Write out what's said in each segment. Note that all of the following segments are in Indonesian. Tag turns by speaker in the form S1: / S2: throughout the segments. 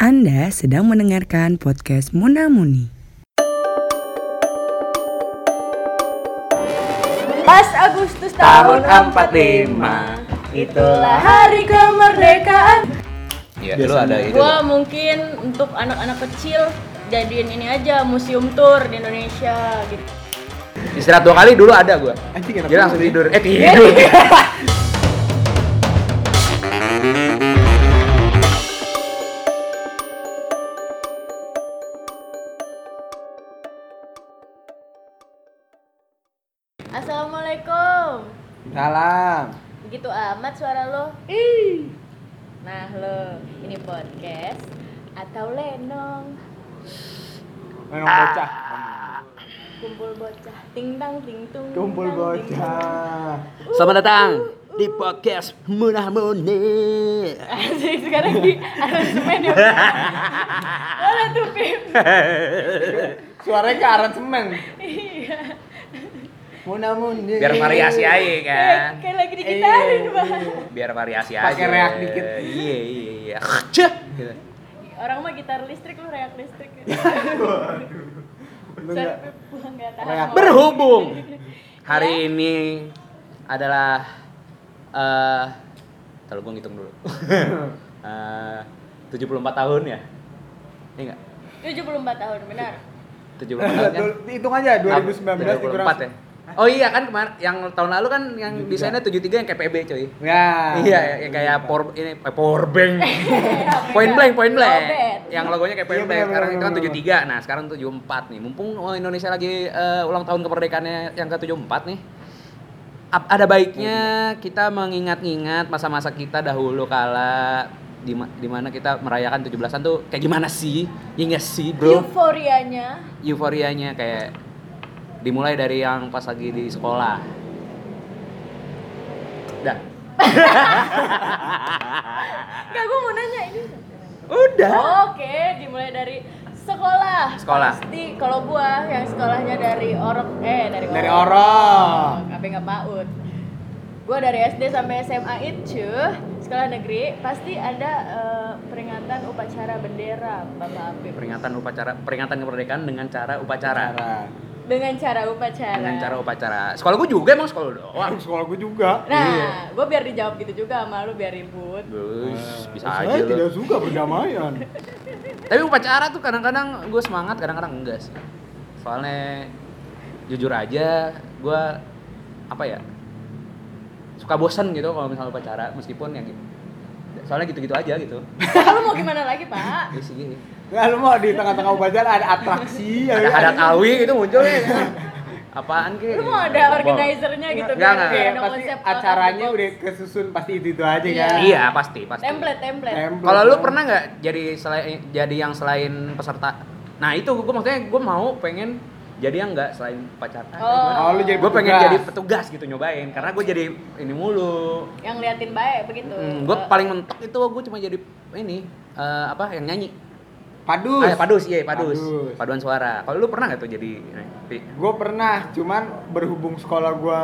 S1: Anda sedang mendengarkan podcast Muna Muni.
S2: Pas Agustus tahun 45 Itulah hari kemerdekaan
S3: Iya, lu ada ide.
S2: Gua mungkin untuk anak-anak kecil jadiin ini aja museum tour di Indonesia gitu
S3: Istirahat dua kali dulu ada gua.
S4: Anjing,
S3: Dia langsung tidur.
S2: Iya.
S3: Eh tidur.
S2: Assalamualaikum
S4: Salam.
S2: Begitu amat suara lo Nah lo ini podcast atau lenong
S4: Memang
S3: Ah.
S4: bocah.
S2: Kumpul bocah tingtang tingtung
S4: Kumpul bocah.
S3: Selamat datang di podcast Munah Muni.
S2: Asik sekarang di aransemen ya Mana tuh Pip?
S4: Suaranya ke aransemen.
S2: Iya
S4: Muna muni.
S3: Biar variasi aja
S2: Kayak
S3: kan.
S2: kayak lagi digitarin
S4: Iya.
S2: bang
S3: Biar variasi aja.
S4: Pakai reak dikit.
S3: Iya iya iya. Cek. Gitu.
S2: Orang mah gitar listrik lu reak listrik gitu.
S4: Lu
S2: Sorry,
S4: nggak-
S2: Pip, gua nggak tahan
S4: Reak.
S2: ngomong.
S3: Berhubung
S2: Iya.
S3: hari ini adalah eh kalau gua ngitung dulu. Eh 74 tahun ya. Iya enggak?
S2: 74 tahun benar
S3: 74 tahun kan.
S4: Dul- Hitung aja 2019 dikurang.
S3: 24 ya. Oh iya kan kemarin yang tahun lalu kan yang desainnya 73 yang KPB coy.
S4: Ya.
S3: iya, ya, kayak power ini eh, power bank. point blank, point blank.
S2: Robert.
S3: Yang logonya kayak point
S4: Iya,
S3: blank.
S4: benar,
S3: Sekarang itu
S4: benar,
S3: kan 73. Nah, sekarang 74 nih. Mumpung oh, Indonesia lagi eh, ulang tahun kemerdekaannya yang ke-74 nih. Ap- ada baiknya kita mengingat-ingat masa-masa kita dahulu kala di ma- di mana kita merayakan 17-an tuh kayak gimana sih? Ya nggak sih,
S4: Iya.
S3: Bro?
S2: euforianya
S3: euforianya kayak dimulai dari yang pas lagi di sekolah. Dah.
S2: Enggak, gue mau nanya ini
S3: Udah.
S2: Oke, dimulai dari sekolah
S3: Sekolah.
S2: Pasti kalau gua yang sekolahnya dari Orok Eh, dari Orok
S4: Dari Orok.
S2: Tapi nggak PAUD Gua dari SD sampai SMA itu Sekolah negeri Pasti ada eh, peringatan upacara bendera Bapak Apip
S3: Peringatan upacara peringatan kemerdekaan dengan cara upacara.
S4: Cara.
S2: Dengan cara upacara
S3: Dengan cara upacara. Sekolah gue juga emang sekolah doang.
S4: Sekolah gue juga.
S2: Nah,
S3: Iya.
S2: gue biar dijawab gitu juga sama lu biar ribut.
S3: Bus, bisa aja
S4: Saya
S3: lu.
S4: tidak suka berdamaian.
S3: Tapi upacara tuh kadang-kadang gue semangat, kadang-kadang enggak sih. Soalnya jujur aja gue apa ya suka bosan gitu kalau misalnya upacara meskipun yang gitu. Soalnya gitu-gitu aja gitu.
S2: lu mau gimana lagi, Pak?
S3: Jadi sih gini.
S4: Lalu mau di tengah-tengah upacara ada atraksi. ya kan?
S3: ada adat awi itu muncul ya apaan ki
S2: Lu mau ada organizer-nya gitu
S3: Enggak,
S2: biar
S3: enggak.
S2: kayak
S4: Ya,
S2: ada
S4: pasti
S2: konsep eh, out of the
S4: acaranya
S2: box.
S4: udah kesusun pasti itu itu aja
S2: Iya.
S4: kan.
S3: iya pasti pasti
S2: template template.
S4: Template.
S3: kalau lu pernah nggak jadi selain jadi yang selain peserta nah itu gue maksudnya gue mau pengen jadi yang nggak selain pacar
S2: Oh.
S4: Oh, lu jadi
S3: gue pengen
S4: petugas.
S3: jadi petugas gitu nyobain karena gue jadi ini mulu
S2: Yang liatin baik begitu.
S3: gue Hmm, paling mentok itu gue cuma jadi ini eh, apa yang nyanyi
S4: Padus.
S3: Ah, ya, padus iya padus.
S4: Padus.
S3: paduan suara kalau lu pernah nggak tuh jadi Pi?
S4: Gue pernah, cuman berhubung sekolah gue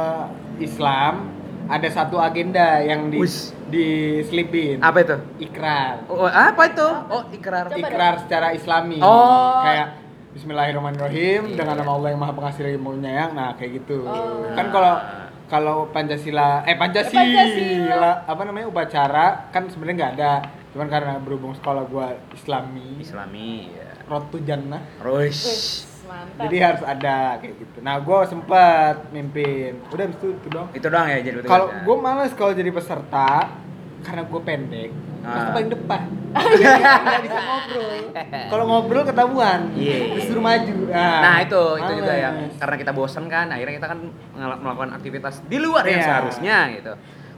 S4: Islam, ada satu agenda yang di
S3: Wis.
S4: diselipin.
S3: apa itu
S4: Ikrar.
S3: oh, apa itu oh ikrar
S2: Coba
S4: Ikrar secara Islami.
S3: Oh.
S4: Kayak Bismillahirrahmanirrahim
S3: Iya.
S4: dengan nama Allah yang Maha Pengasih lagi Penyayang. Nah, kayak gitu.
S2: Oh. Ya,
S4: Kan kalau kalau Pancasila eh Pancasila,
S2: Pancasila.
S4: apa namanya upacara kan sebenarnya nggak ada. Cuman karena berhubung sekolah gue Islami,
S3: Islami ya.
S4: Rotu Jannah.
S2: Wih,
S3: Rois.
S2: mantap.
S4: Jadi harus ada kayak gitu. Nah, gue sempet mimpin. Udah abis itu, itu dong.
S3: Itu doang ya jadi petugas.
S4: Kalau
S3: ya?
S4: gue males kalau jadi peserta karena gue pendek, pasti
S3: Ah.
S4: paling depan. Nggak bisa ngobrol. Kalau ngobrol ketahuan,
S3: Iya.
S4: disuruh maju. Ah,
S3: Nah, itu itu juga
S4: males.
S3: ya. Karena kita bosen kan, akhirnya kita kan ngel- melakukan aktivitas di luar yang
S4: Iya.
S3: seharusnya gitu.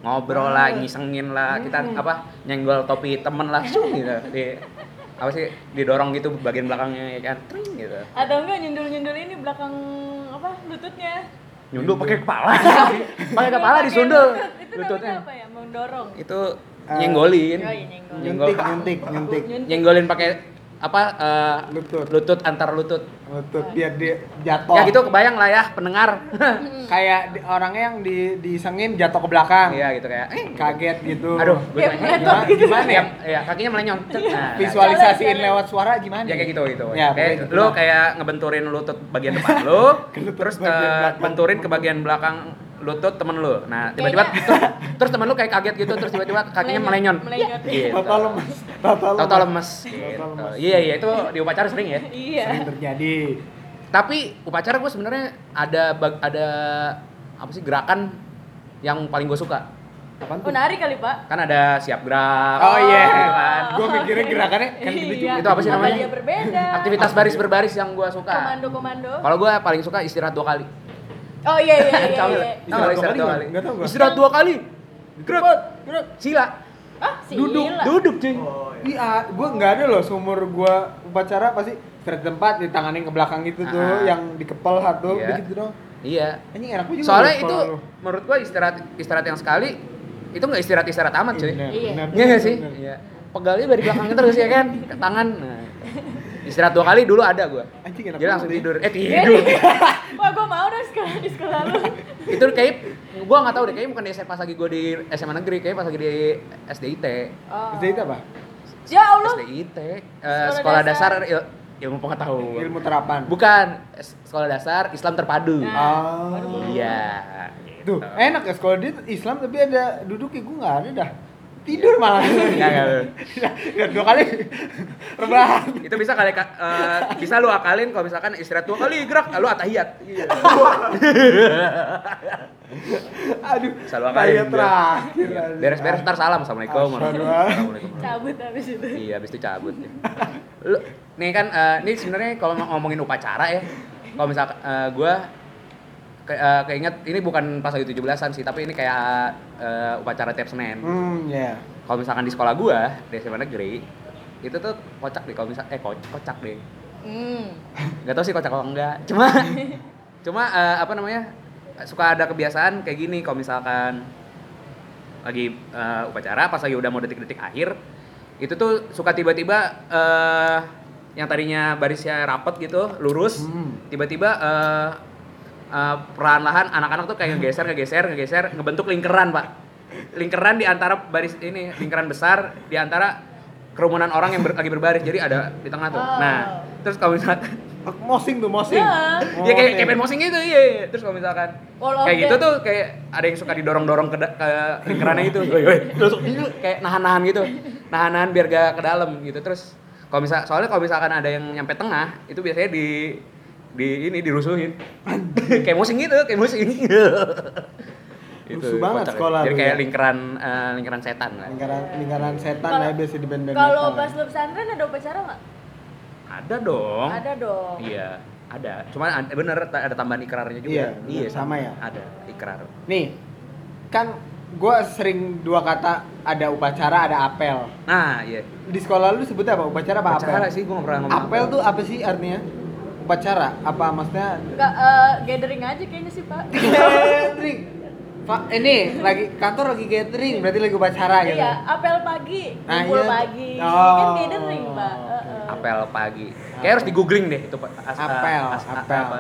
S3: Ngobrol lah, ngisengin lah, kita apa nyenggol topi temen lah cung, gitu. Di apa sih didorong gitu bagian belakangnya ya kan tring gitu.
S2: Atau enggak nyundul-nyundul ini belakang apa lututnya?
S3: Nyundul pakai kepala. pakai kepala
S2: Pakai
S3: disundul Iya.
S2: lutut. Itu namanya apa ya? Mendorong.
S3: Itu
S4: Eh,
S3: nyenggolin.
S2: Yoi, nyenggol.
S3: Nyenggol.
S4: Nyuntik, nyuntik, nyuntik.
S2: Nyuntik.
S3: Nyenggolin pakai apa eh,
S4: Lutut.
S3: lutut antar lutut.
S4: lutut biar dia jatuh
S3: Ya gitu kebayang lah ya pendengar.
S4: kayak di- orangnya yang di disengin jatuh ke belakang
S3: Iya gitu kayak. eh,
S4: kaget gitu
S3: Aduh, gue
S2: Kayak
S3: pengen-
S4: meletot gitu.
S3: Gimana ya? Iya, kakinya melenyong. Cet. Nah,
S4: visualisasiin lewat suara gimana
S3: Ya kayak gitu gitu.
S4: Ya, pokoknya
S3: kayak
S4: gitu
S3: lu
S4: lah.
S3: kayak ngebenturin lutut bagian depan lu,
S4: Ke lutut
S3: terus
S4: bagian
S3: eh,
S4: belakang. Iya,
S3: benturin ke bagian belakang lutut temen lu. Nah, tiba-tiba
S2: Kayaknya-
S3: terus, terus temen lu kayak kaget gitu, terus tiba-tiba kakinya
S2: Melenyot,
S3: melenyon.
S2: melenyot.
S3: Gitu.
S4: Tata lemes, tata lemes.
S3: Tata lemes.
S4: Tata
S3: Gitu.
S4: lemes.
S3: Iya, iya itu di upacara sering ya.
S2: Iya.
S4: Sering terjadi.
S3: Tapi upacara gue sebenarnya ada bag- ada apa sih gerakan yang paling gue suka.
S4: Apaan tuh?
S2: Menarik Oh, kali, Pak.
S3: Kan ada siap gerak.
S4: Oh iya.
S3: gitu kan.
S4: Gua mikirnya gerakannya kan gitu
S2: Iya.
S3: Itu apa sih namanya?
S2: dia berbeda.
S3: Aktivitas baris berbaris yang gue suka.
S2: komando-komando.
S3: Kalau gue paling suka istirahat dua kali.
S2: Oh iya iya iya.
S3: Tahu
S2: iya.
S3: nggak? Tahu nggak istirahat dua kali.
S4: Nggak tahu gua.
S3: Istirahat dua kali. Gerak.
S4: Gerak.
S3: Sila.
S2: Ah, sila.
S3: Duduk. Duduk cuy.
S4: Iya, gua nggak ada loh seumur gua upacara pasti straight tempat ditanganin ke belakang gitu tuh
S3: Ah.
S4: yang dikepel hatul
S3: Iya.
S4: begitu dong.
S3: Iya.
S4: Anjing enak gua juga.
S3: Soalnya
S4: loh
S3: itu
S4: kalau lu.
S3: menurut gue istirahat istirahat yang sekali itu nggak istirahat istirahat amat cuy.
S4: Bener,
S2: Iya.
S4: bener,
S3: Iya nggak sih?
S4: bener.
S3: Iya. Pegalnya dari belakang terus ya kan? Ke tangan. Nah. Istirahat dua kali dulu ada gue.
S4: Anjing enak.
S3: Jadi langsung
S4: banget,
S3: tidur. Eh
S2: Iya,
S3: tidur.
S2: iya. Wah, gua mau dong sekolah di sekolah lu.
S3: itu kayak gue nggak tahu deh kayaknya bukan di SMA pas lagi gue di SMA negeri kayak pas lagi di SDIT
S2: Oh.
S4: Terus itu apa?
S2: Ya Allah.
S3: SDIT eh,
S2: Sekolah
S3: sekolah
S2: dasar.
S3: dasar, il- ilmu pengetahuan
S4: Ilmu terapan.
S3: bukan es- sekolah dasar Islam terpadu
S2: Nah.
S4: Ah.
S3: iya gitu.
S4: Tuh, enak ya sekolah dia tuh Islam tapi ada duduknya gua nggak ada dah. Tidur malah.
S3: Iya. Nggak, nggak, nggak.
S4: Ya, dua kali rebahan.
S3: itu bisa kali ka- eh, bisa lu akalin kalau misalkan istirahat dua kali gerak lu atahiyat iya.
S4: Aduh.
S3: Selalu akalin,
S4: tanya
S3: biar-
S4: terakhir. aduh.
S3: Iya. beres-beres ntar salam assalamualaikum
S4: Assalamualaikum.
S2: Cabut habis itu.
S3: Iya, habis itu cabut. ya. Lu, nih kan, eh, ini sebenarnya kalau mau ngomongin upacara ya, kalau misal eh, gue ke, eh, keinget ini bukan pas lagi 17-an sih, tapi ini kayak eh, upacara tiap Senin.
S4: Hmm, ya.
S3: Kalau misalkan di sekolah gue, di SMA negeri, itu tuh kocak deh kalau misal eh ko- kocak deh.
S2: Hmm.
S3: Gak tau sih kocak apa enggak. Cuma cuma eh, apa namanya? suka ada kebiasaan kayak gini kalau misalkan lagi eh, upacara pas lagi udah mau detik-detik akhir itu tuh suka tiba-tiba eh yang tadinya barisnya rapet gitu lurus
S4: Hmm.
S3: tiba-tiba eh eh, perlahan-lahan anak-anak tuh kayak ngegeser ngegeser ngegeser ngebentuk lingkaran pak lingkaran di antara baris ini lingkaran besar di antara kerumunan orang yang ber- lagi berbaris jadi ada di tengah tuh
S2: Oh.
S3: nah terus kalau misalkan
S4: Mosing tuh, mosing.
S2: Ya.
S3: ya kayak kayak main mosing gitu, iya. iya. Terus kalau misalkan
S2: Wall of
S3: kayak gitu
S2: death.
S3: tuh kayak ada yang suka didorong-dorong ke, da- ke lingkarannya itu. Woi, woi. Terus kayak nahan-nahan gitu. Nahan-nahan biar gak ke dalam gitu. Terus kalau misal soalnya kalau misalkan ada yang nyampe tengah, itu biasanya di di ini dirusuhin. kayak mosing gitu, kayak mosing. Itu
S4: Rusuh banget
S3: kocak.
S4: sekolah
S3: Jadi
S4: tuh
S3: kayak
S4: ya.
S3: lingkaran eh, lingkaran setan lah.
S4: Lingkaran lingkaran setan
S2: Kalau-
S4: lah ya biasa di band-band.
S2: Kalau
S4: metal.
S2: pas lu pesantren ada upacara nggak?
S3: Ada dong.
S2: Ada dong.
S3: Iya, ada. Cuman ad- bener ta- ada tambahan ikrarnya juga.
S4: Iya, bener. Sama ya?
S3: Ada ikrar.
S4: Nih, kan gua sering dua kata ada upacara, ada apel.
S3: Nah, iya.
S4: Di sekolah lu sebutnya apa? Upacara apa apel?
S3: Upacara sih gue gak pernah ngomong.
S4: Apel tuh apa sih artinya? Upacara? Apa maksudnya?
S2: Nggak, eh, gathering aja kayaknya sih, Pak.
S4: Gathering. Pak, ini eh, lagi kantor lagi gathering, berarti lagi upacara gitu.
S2: Iya, apel pagi,
S4: Nah,
S2: kumpul
S4: iya.
S2: pagi.
S4: Oh.
S2: Kan gathering, Pak. Eh, Heeh.
S3: apel pagi. Kayak harus di googling deh itu Pak. As-
S4: Apel,
S3: as- as-
S4: apel.
S3: apa.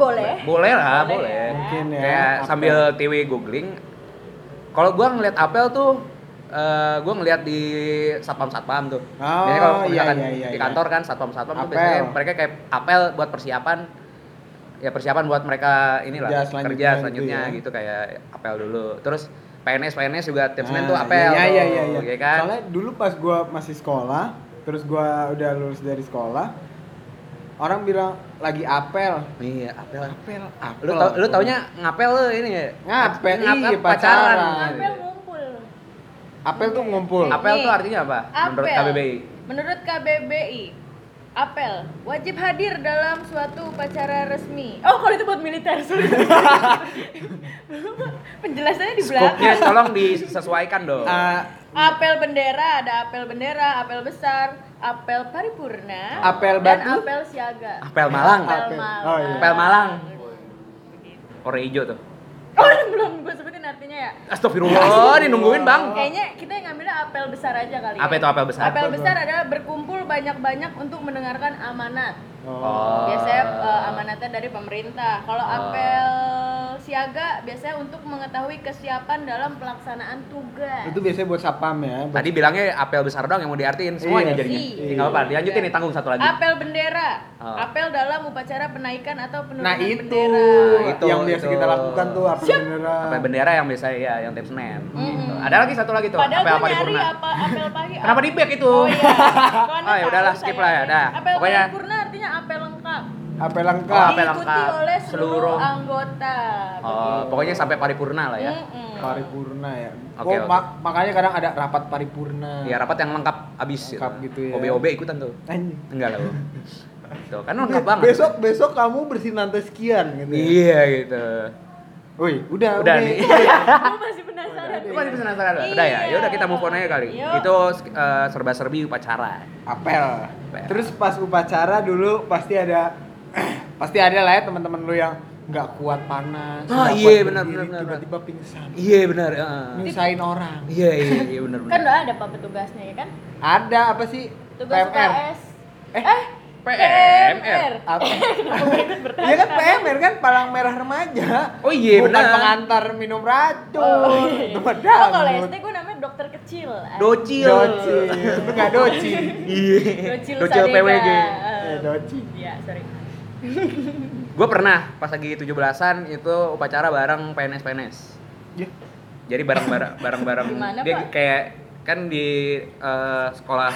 S2: Boleh.
S3: Boleh lah,
S2: Boleh
S3: boleh.
S2: ya.
S4: Mungkin ya.
S3: Kayak
S4: apel.
S3: sambil TV googling. Kalau gua ngeliat apel tuh eh gua ngeliat di satpam-satpam tuh.
S4: Oh,
S3: Biasanya kalau
S4: iya,
S3: misalkan
S4: iya, iya,
S3: di
S4: iya.
S3: kantor kan satpam-satpam tuh
S4: Apel.
S3: biasanya mereka kayak apel buat persiapan ya persiapan buat mereka inilah
S4: Kerja
S3: kerja
S4: selanjutnya
S3: selanjutnya,
S4: gitu ya.
S3: gitu kayak apel dulu. Terus PNS PNS juga tiap Senin
S4: Nah,
S3: tuh apel.
S4: Iya iya iya.
S3: tuh,
S4: iya.
S3: ya kan?
S4: Soalnya dulu pas gua masih sekolah, terus gua udah lulus dari sekolah, orang bilang lagi apel.
S3: Iya, apel.
S4: Apel, apel.
S3: Lu tau, lu taunya ngapel lu ini ya?
S4: Ngapel,
S3: Ngapel,
S4: iya,
S3: pacaran.
S4: pacaran.
S2: Apel ngumpul.
S4: apel tuh ngumpul.
S2: Apa?
S3: Apel tuh artinya apa? Menurut
S2: Apel.
S3: KBBI.
S2: Menurut KBBI, apel wajib hadir dalam suatu upacara resmi. Oh, kalau itu buat militer, sorry. Belum, Pak. Penjelasannya di
S3: Skopnya
S2: belakang.
S3: tolong disesuaikan dong.
S4: Eh,
S2: Apel bendera, ada apel bendera, apel besar, apel paripurna,
S4: Apel
S2: dan
S4: batu?
S2: apel siaga.
S3: Apel Malang.
S2: Apel
S4: Apel.
S2: Malang.
S4: Oh, iya.
S3: Apel Malang. Orang hijau tuh.
S2: Oh, belum gue sebutin artinya ya.
S3: Astagfirullah, ini nungguin bang.
S2: Kayaknya kita yang ngambilnya apel besar aja kali
S3: Oh.
S2: ya.
S3: Apa itu apel besar?
S2: Apel besar adalah berkumpul banyak-banyak untuk mendengarkan amanat.
S3: Oh.
S2: Biasanya eh, amanatnya dari pemerintah. Kalau
S3: Oh.
S2: apel siaga biasanya untuk mengetahui kesiapan dalam pelaksanaan tugas.
S4: Itu biasanya buat sapam ya. buat-
S3: Tadi bilangnya apel besar doang yang mau diartiin semuanya
S4: Iya.
S3: jadinya.
S2: Iya.
S3: Tinggal apa? Dilanjutin nih tanggung satu lagi.
S2: Apel bendera.
S3: Oh.
S2: Apel dalam upacara penaikan atau penurunan
S4: Nah itu,
S2: bendera.
S3: Nah, itu,
S4: yang biasa
S3: itu.
S4: kita lakukan tuh apa bendera.
S3: Apel bendera yang biasa ya, yang tiap Senin. Gitu.
S2: Mm-mm.
S3: Ada lagi satu lagi tuh.
S2: Padahal
S3: apel
S2: gue
S3: paripurna.
S2: nyari apa apel pagi.
S3: Kenapa di back itu?
S2: Oh iya. Gua
S3: Oh, ya
S2: tahu
S3: udahlah, skip
S2: saya.
S3: lah ya, dah.
S2: Apel
S3: Pokoknya-
S2: paripurna artinya apel lengkap.
S4: Apel
S3: Oh,
S4: lengkap.
S3: apel
S2: Diikuti
S3: lengkap.
S2: oleh seluruh,
S3: Seluruh.
S2: anggota.
S3: Oh, pokoknya sampai paripurna lah ya.
S2: Mm-mm.
S4: paripurna ya.
S3: Oke, oke.
S4: oh, ma- makanya kadang ada rapat paripurna.
S3: Ya rapat yang lengkap abis
S4: Lengkap gitu ya.
S3: OB-OB ikutan tuh.
S4: Anjing.
S3: Enggak lah lu. Tuh, kan lengkap banget.
S4: Iya, Besok besok kamu bersihin lantai sekian gitu. Ya.
S3: Iya gitu.
S4: Woi, udah
S3: Udah
S4: Umi.
S3: nih.
S2: Gue masih penasaran.
S3: Lu masih penasaran? Udah ya. Ya udah kita move on aja kali.
S2: Iya. Yuk.
S3: Itu eh, serba-serbi upacara.
S4: Apel.
S3: Apel.
S4: Terus pas upacara dulu pasti ada pasti ada lah ya teman-teman lu yang nggak kuat panas,
S3: Ah,
S4: nggak
S3: iya,
S4: kuat
S3: benar,
S4: berdiri,
S3: benar, benar.
S4: tiba-tiba pingsan,
S3: Iya benar. heeh.
S4: nyusahin orang.
S3: Iya iya iya benar
S2: Kan
S3: benar.
S2: udah ada pak petugasnya ya kan?
S4: Ada apa sih?
S2: Tugas
S4: PMR.
S2: UKS.
S4: Eh,
S3: PMR.
S4: Apa?
S2: Kenapa gua ikut bertanya?
S4: Iya kan PMR kan palang merah remaja.
S3: Oh iya,
S4: Bukan
S3: benar.
S4: pengantar minum racun.
S2: Oh, iya, iya.
S4: Tempat
S2: Oh, kalau iya.
S4: dangdut.
S2: SD gue namanya dokter kecil.
S3: Docil.
S4: Doci. Itu enggak doci.
S3: Iya.
S2: Docil,
S3: Docil
S2: Sadega.
S3: PWG.
S4: Eh,
S2: Eh,
S4: doci.
S2: Iya, sorry.
S3: Gue pernah pas lagi 17-an itu upacara bareng PNS-PNS.
S4: Ya.
S3: Jadi bareng-bareng bareng-bareng
S2: Gimana,
S3: dia
S2: Pak?
S3: kayak kan di eh, sekolah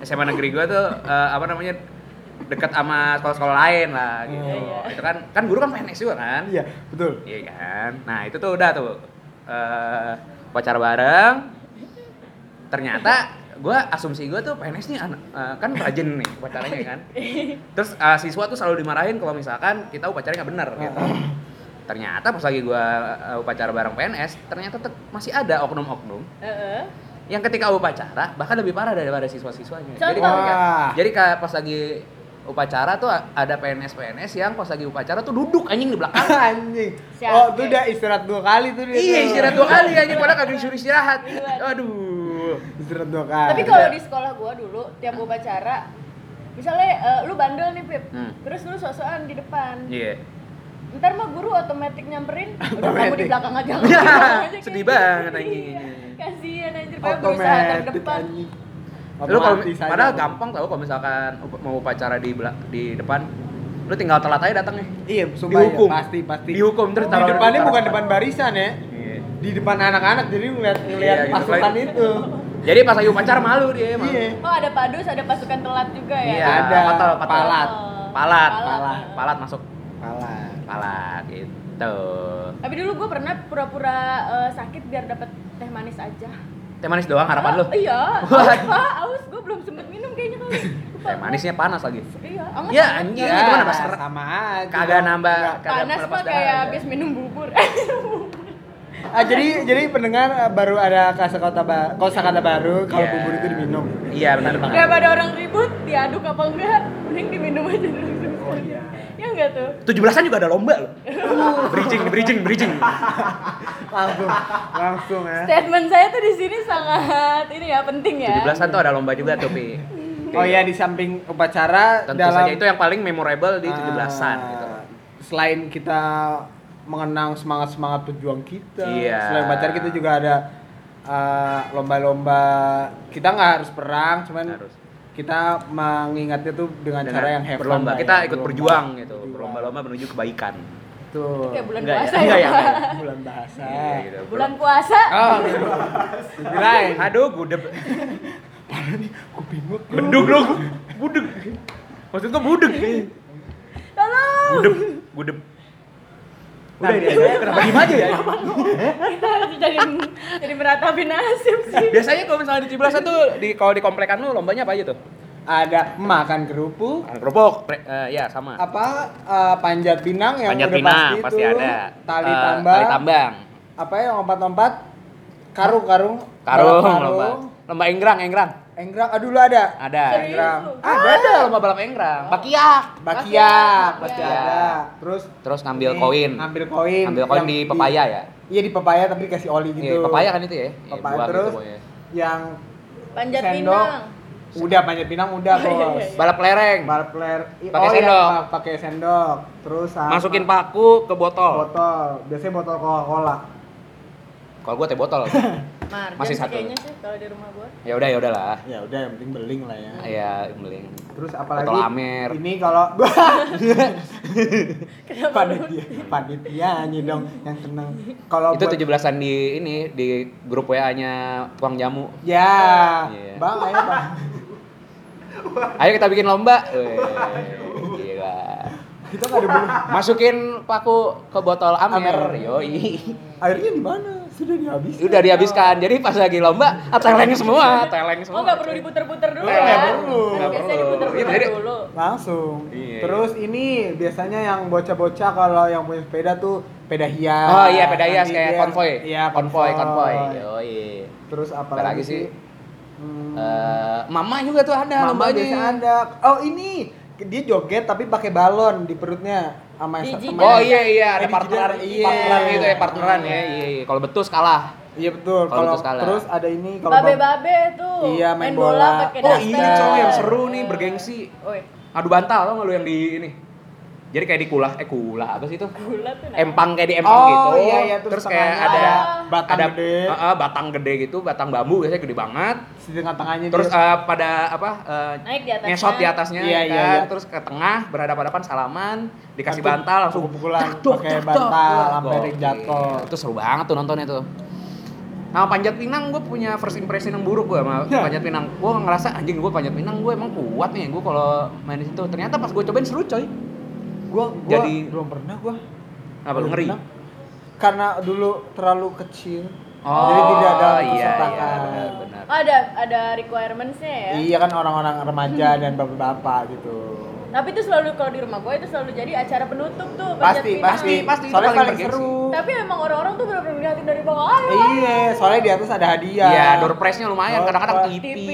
S3: SMA negeri gue tuh eh, apa namanya dekat sama sekolah-sekolah lain lah gitu.
S4: Iya,
S2: iya.
S3: Itu kan kan guru kan PNS juga kan.
S4: Iya, betul.
S3: Iya kan. Nah itu tuh udah tuh eh pacar bareng. Ternyata gue asumsi gue tuh PNS nih anak eh, kan rajin nih upacaranya kan. Terus eh, siswa tuh selalu dimarahin kalau misalkan kita upacaranya nggak bener gitu. Ternyata pas lagi gue upacara bareng PNS, ternyata tet- masih ada oknum-oknum
S2: Heeh.
S3: yang ketika upacara bahkan lebih parah daripada siswa-siswanya. Jadi
S2: Contoh.
S3: ketika-
S4: Wah.
S3: jadi ka- pas lagi upacara tuh a- ada PNS-PNS yang pas lagi upacara tuh duduk anjing di belakang.
S4: Anjing.
S2: Siap,
S4: Oh, itu
S2: oke.
S4: udah istirahat dua kali tuh dia.
S3: Iya
S4: tuh.
S3: istirahat dua kali aja padahal kagak disuruh istirahat.
S4: Iya.
S2: Duluan.
S3: Aduh.
S4: Istirahat dua kali.
S2: Tapi
S3: Iya.
S2: kalau di sekolah gua dulu tiap gua pacara misalnya eh, lu bandel nih Pip,
S3: Hmm.
S2: terus lu sok-sokan di depan.
S3: Iya.
S2: Ntar mah guru otomatis nyamperin, udah kamu di
S4: Otomatis.
S2: belakang aja. kamu di
S3: Ya,
S2: belakang aja,"
S3: sedih
S2: gitu.
S3: banget anjing.
S2: Iya, Kasihan anjir, kayak berusaha
S4: otomatis
S2: terdepan.
S4: anjing.
S3: Lu kalau
S4: Otomatis aja.
S3: padahal gampang tau kalau misalkan up- mau upacara di belak- di depan lu tinggal telat aja datangnya.
S4: Iya, sumpah
S3: Dihukum.
S4: ya, pasti pasti.
S3: Dihukum, terus
S4: di
S3: taruh- Iya.
S4: depannya
S3: taruh-
S4: bukan depan barisan ya. Di depan anak-anak jadi ngeliat ngeliat
S3: Iya, gitu. Iya,
S4: pasukan
S3: Selain-
S4: itu.
S3: Jadi pas lagi upacara malu dia malu.
S4: Iya.
S2: Oh ada padus, ada pasukan telat juga ya?
S3: Iya,
S4: Ada.
S3: Patal, patal.
S4: Palat.
S2: Oh,
S3: Palat.
S4: Palat.
S3: Palat masuk
S4: Kalah.
S3: palat gitu.
S2: Tapi dulu gua pernah pura-pura eh, sakit biar dapat teh manis aja.
S3: Teh manis doang harapan lu.
S2: Ah, Iya.
S3: What?
S2: Apa? Aus, gua belum sempet minum kayaknya kali. Lupa
S3: Teh
S2: gua.
S3: manisnya panas lagi.
S2: Iya, anget.
S3: Ya,
S2: anget.
S3: anjir. Itu mana bahasa-
S4: sama aja.
S3: Kagak nambah. kagak
S2: Panas
S3: melepas
S2: mah
S3: darah.
S2: kayak habis minum bubur.
S4: Ah, jadi jadi pendengar eh, baru ada kosakata ba kosakata baru kalau
S3: Iya.
S4: bubur itu diminum.
S3: Iya benar benar.
S2: Daripada orang ribut, diaduk apa enggak, mending diminum aja dulu
S3: Oh, iya.
S2: semuanya. Ya enggak tuh?
S3: 17-an juga ada lomba loh. bridging, bridging, bridging.
S4: Langsung langsung ya.
S2: Statement saya tuh di sini sangat ini ya penting ya.
S3: 17-an tuh ada lomba juga tuh, Pi.
S4: Oh iya di samping upacara
S3: Tentu
S4: dalam
S3: saja itu yang paling memorable di
S4: Ah,
S3: 17-an gitu.
S4: Selain kita mengenang semangat-semangat pejuang kita,
S3: Iya.
S4: selain upacara kita juga ada eh, lomba-lomba kita nggak harus perang, cuman
S3: Nggak harus.
S4: kita mengingatnya tuh dengan,
S3: Dengan
S4: cara yang have fun
S3: berlomba.
S4: lah ya,
S3: Kita ikut
S4: berlomba.
S3: berjuang gitu.
S4: Berjuang.
S3: Berlomba-lomba menuju kebaikan.
S4: Tuh.
S2: Kayak bulan
S3: Enggak ya?
S2: puasa
S3: Enggak
S2: ya.
S3: ya?
S2: Pak?
S4: Iya, bulan bahasa.
S3: Iya, gitu.
S2: Bulan puasa.
S4: Oh, kirain.
S3: Aduh, gudeg.
S4: Aku bingung.
S3: Beduk lu. Budeg. Maksud gua budeg.
S2: Tolong.
S3: Gudeg, gudeg.
S4: Nah,
S3: Udah ini
S4: biasanya-
S3: kenapa diem aja ya?
S2: Kita harus jadi jadi meratapi nasib sih.
S3: Biasanya kalau misalnya di 17-an tuh di kalau di komplekan lu lombanya apa aja tuh?
S4: Ada makan kerupuk,
S3: Makan kerupuk. Pre- eh, ya, sama.
S4: apa eh, panjat pinang yang
S3: Panjat
S4: udah
S3: pinang
S4: pasti,
S3: pasti
S4: tuh,
S3: ada.
S4: Tali
S3: Eh,
S4: tambang.
S3: Tali tambang.
S4: Apa ya lompat-lompat? Karung-karung.
S3: Karung,
S4: balap
S3: lomba. Lomba enggrang, enggrang.
S4: Enggrang, aduh lu ada.
S3: Ada. Ah,
S2: Serius?
S4: Enggrang.
S2: lu?
S3: Ada, ada lomba balap enggrang. Bakiak.
S4: Bakiak pasti
S3: Bakiak.
S4: ada. Terus
S3: Terus ngambil
S4: ini,
S3: koin.
S4: Ngambil koin.
S3: Ambil koin
S4: yang
S3: di pepaya ya.
S4: Iya di pepaya tapi dikasih oli
S3: Iya,
S4: gitu.
S3: pepaya kan itu ya. Iya,
S4: Pepaya
S3: buah
S4: terus
S3: pokoknya.
S4: yang
S2: Panjat
S4: Sendok.
S2: Pinang.
S4: Udah panjat pinang udah bos.
S3: Balap lereng.
S4: Balap ler, i-
S3: Pakai
S4: oh iya,
S3: sendok.
S4: pa- pakai sendok. Terus sama
S3: Masukin paku ke botol.
S4: botol. Biasanya botol Coca-Cola.
S3: Kalau gua teh botol.
S2: Marjan sih
S3: Masih satu.
S2: kayaknya sih kalau di rumah gua.
S3: ya udah ya udahlah.
S4: Ya udah yang penting beling lah ya.
S3: Ya beli.
S4: Terus apalagi
S3: Botol Amer.
S4: ini kalau
S2: Kenapa lu?
S4: panitia panitianya dong yang tenang. Kalau
S3: Itu
S4: buat-
S3: 17-an di ini di grup WA-nya tukang jamu.
S4: Ya,
S3: Iya.
S4: bang, ayo bang.
S3: Ayo kita bikin lomba. Weh, Gila.
S4: Kita nggak ada beling.
S3: Masukin paku ke botol Amer.
S4: Amer.
S3: Yoi.
S4: Airnya di mana? Sudah dihabiskan.
S3: Udah dihabiskan. Jadi pas lagi lomba, ah, teleng semua, teleng semua.
S2: Oh nggak perlu diputer-puter dulu
S3: Eh,
S2: ya?
S4: nggak perlu.
S2: Nah, biasanya
S3: Nggak perlu. Iya,
S2: diputer-puter
S3: Jadi-
S2: dulu.
S4: Langsung.
S3: Iya.
S4: Terus ini biasanya yang bocah-bocah kalau yang punya sepeda tuh sepeda hias.
S3: Oh iya, beda hias
S4: Nanti
S3: kayak
S4: dia-
S3: konvoy.
S4: Iya,
S3: konvoy, konvoy. Yoi.
S4: Terus apa
S3: Apa lagi
S4: lagi
S3: sih?
S4: sih? Hmm,
S3: Eh, mama juga tuh ada
S4: Mama
S3: lombanya.
S4: biasa ada. Oh ini dia joget tapi pakai balon di perutnya sama
S2: Di
S4: teman.
S2: jidat.
S3: Oh iya iya
S4: Eh,
S3: ada
S4: di
S3: partner,
S4: jidat, iya.
S3: partneran gitu ya partneran ya. Iya, iya. Kalau betus kalah.
S4: Iya betul.
S3: Kalau
S4: Kalau
S3: terus kalah.
S4: terus ada ini kalau bab-
S2: Babe-babe tuh.
S4: Iya, main bola.
S2: pakai
S3: Oh
S2: daster.
S3: ini cowok yang seru nih bergengsi.
S2: Oi,
S3: Adu bantal tau nggak lu yang di ini? Jadi kayak di kulah, eh kulah apa sih itu?
S2: gula tuh. nah.
S3: Empang kayak di empang
S4: Oh,
S3: gitu.
S4: iya, iya. Terus
S3: Terus, kayak
S4: tengahnya
S3: ada
S4: ada batang
S3: ada,
S4: gede.
S3: Heeh, batang gede gitu, batang bambu biasanya gede banget.
S4: di tengah-tengahnya
S3: Terus
S4: dia.
S3: eh, pada apa? eh,
S2: Naik di atasnya.
S3: Ngesot di atasnya ya
S4: Iya, iya,
S3: kan?
S4: iya.
S3: terus ke tengah berhadapan-hadapan salaman, dikasih
S4: Langsung
S3: bantal langsung
S4: pukul-pukulan,
S3: cakdok,
S4: pakai
S3: cakdok.
S4: bantal,
S3: Wah,
S4: sampai ada yang
S3: gokil.
S4: jatuh.
S3: Itu seru banget tuh nontonnya tuh. Nah, Panjat Pinang gue punya first impression yang buruk gue sama
S4: Ya.
S3: Panjat Pinang. Gue ngerasa anjing gue Panjat Pinang gue emang kuat nih gue kalau main di situ. Ternyata pas gue cobain seru coy.
S4: gua, gua
S3: jadi-
S4: belum pernah gua.
S3: Apa lu
S4: Belum
S3: ngeri?
S4: pernah. Karena dulu terlalu kecil.
S3: Oh,
S4: jadi tidak ada
S3: iya, iya,
S4: kesertakan.
S3: benar-benar.
S2: Oh, ada ada requirements-nya ya.
S4: Iya kan orang-orang remaja dan bapak-bapak gitu.
S2: Tapi itu selalu kalau di rumah gue itu selalu jadi acara penutup tuh panjat
S4: Pasti,
S2: pinang.
S4: pasti,
S3: pasti, itu
S4: Soalnya
S3: paling
S4: paling
S3: bergensi.
S4: seru.
S2: Tapi emang orang-orang tuh benar-benar ngeliatin dari bawah. Ayo,
S4: Iya, soalnya di atas ada hadiah.
S3: Iya, door prize-nya lumayan,
S4: Door
S3: kadang-kadang TV,
S4: prize.
S2: TV.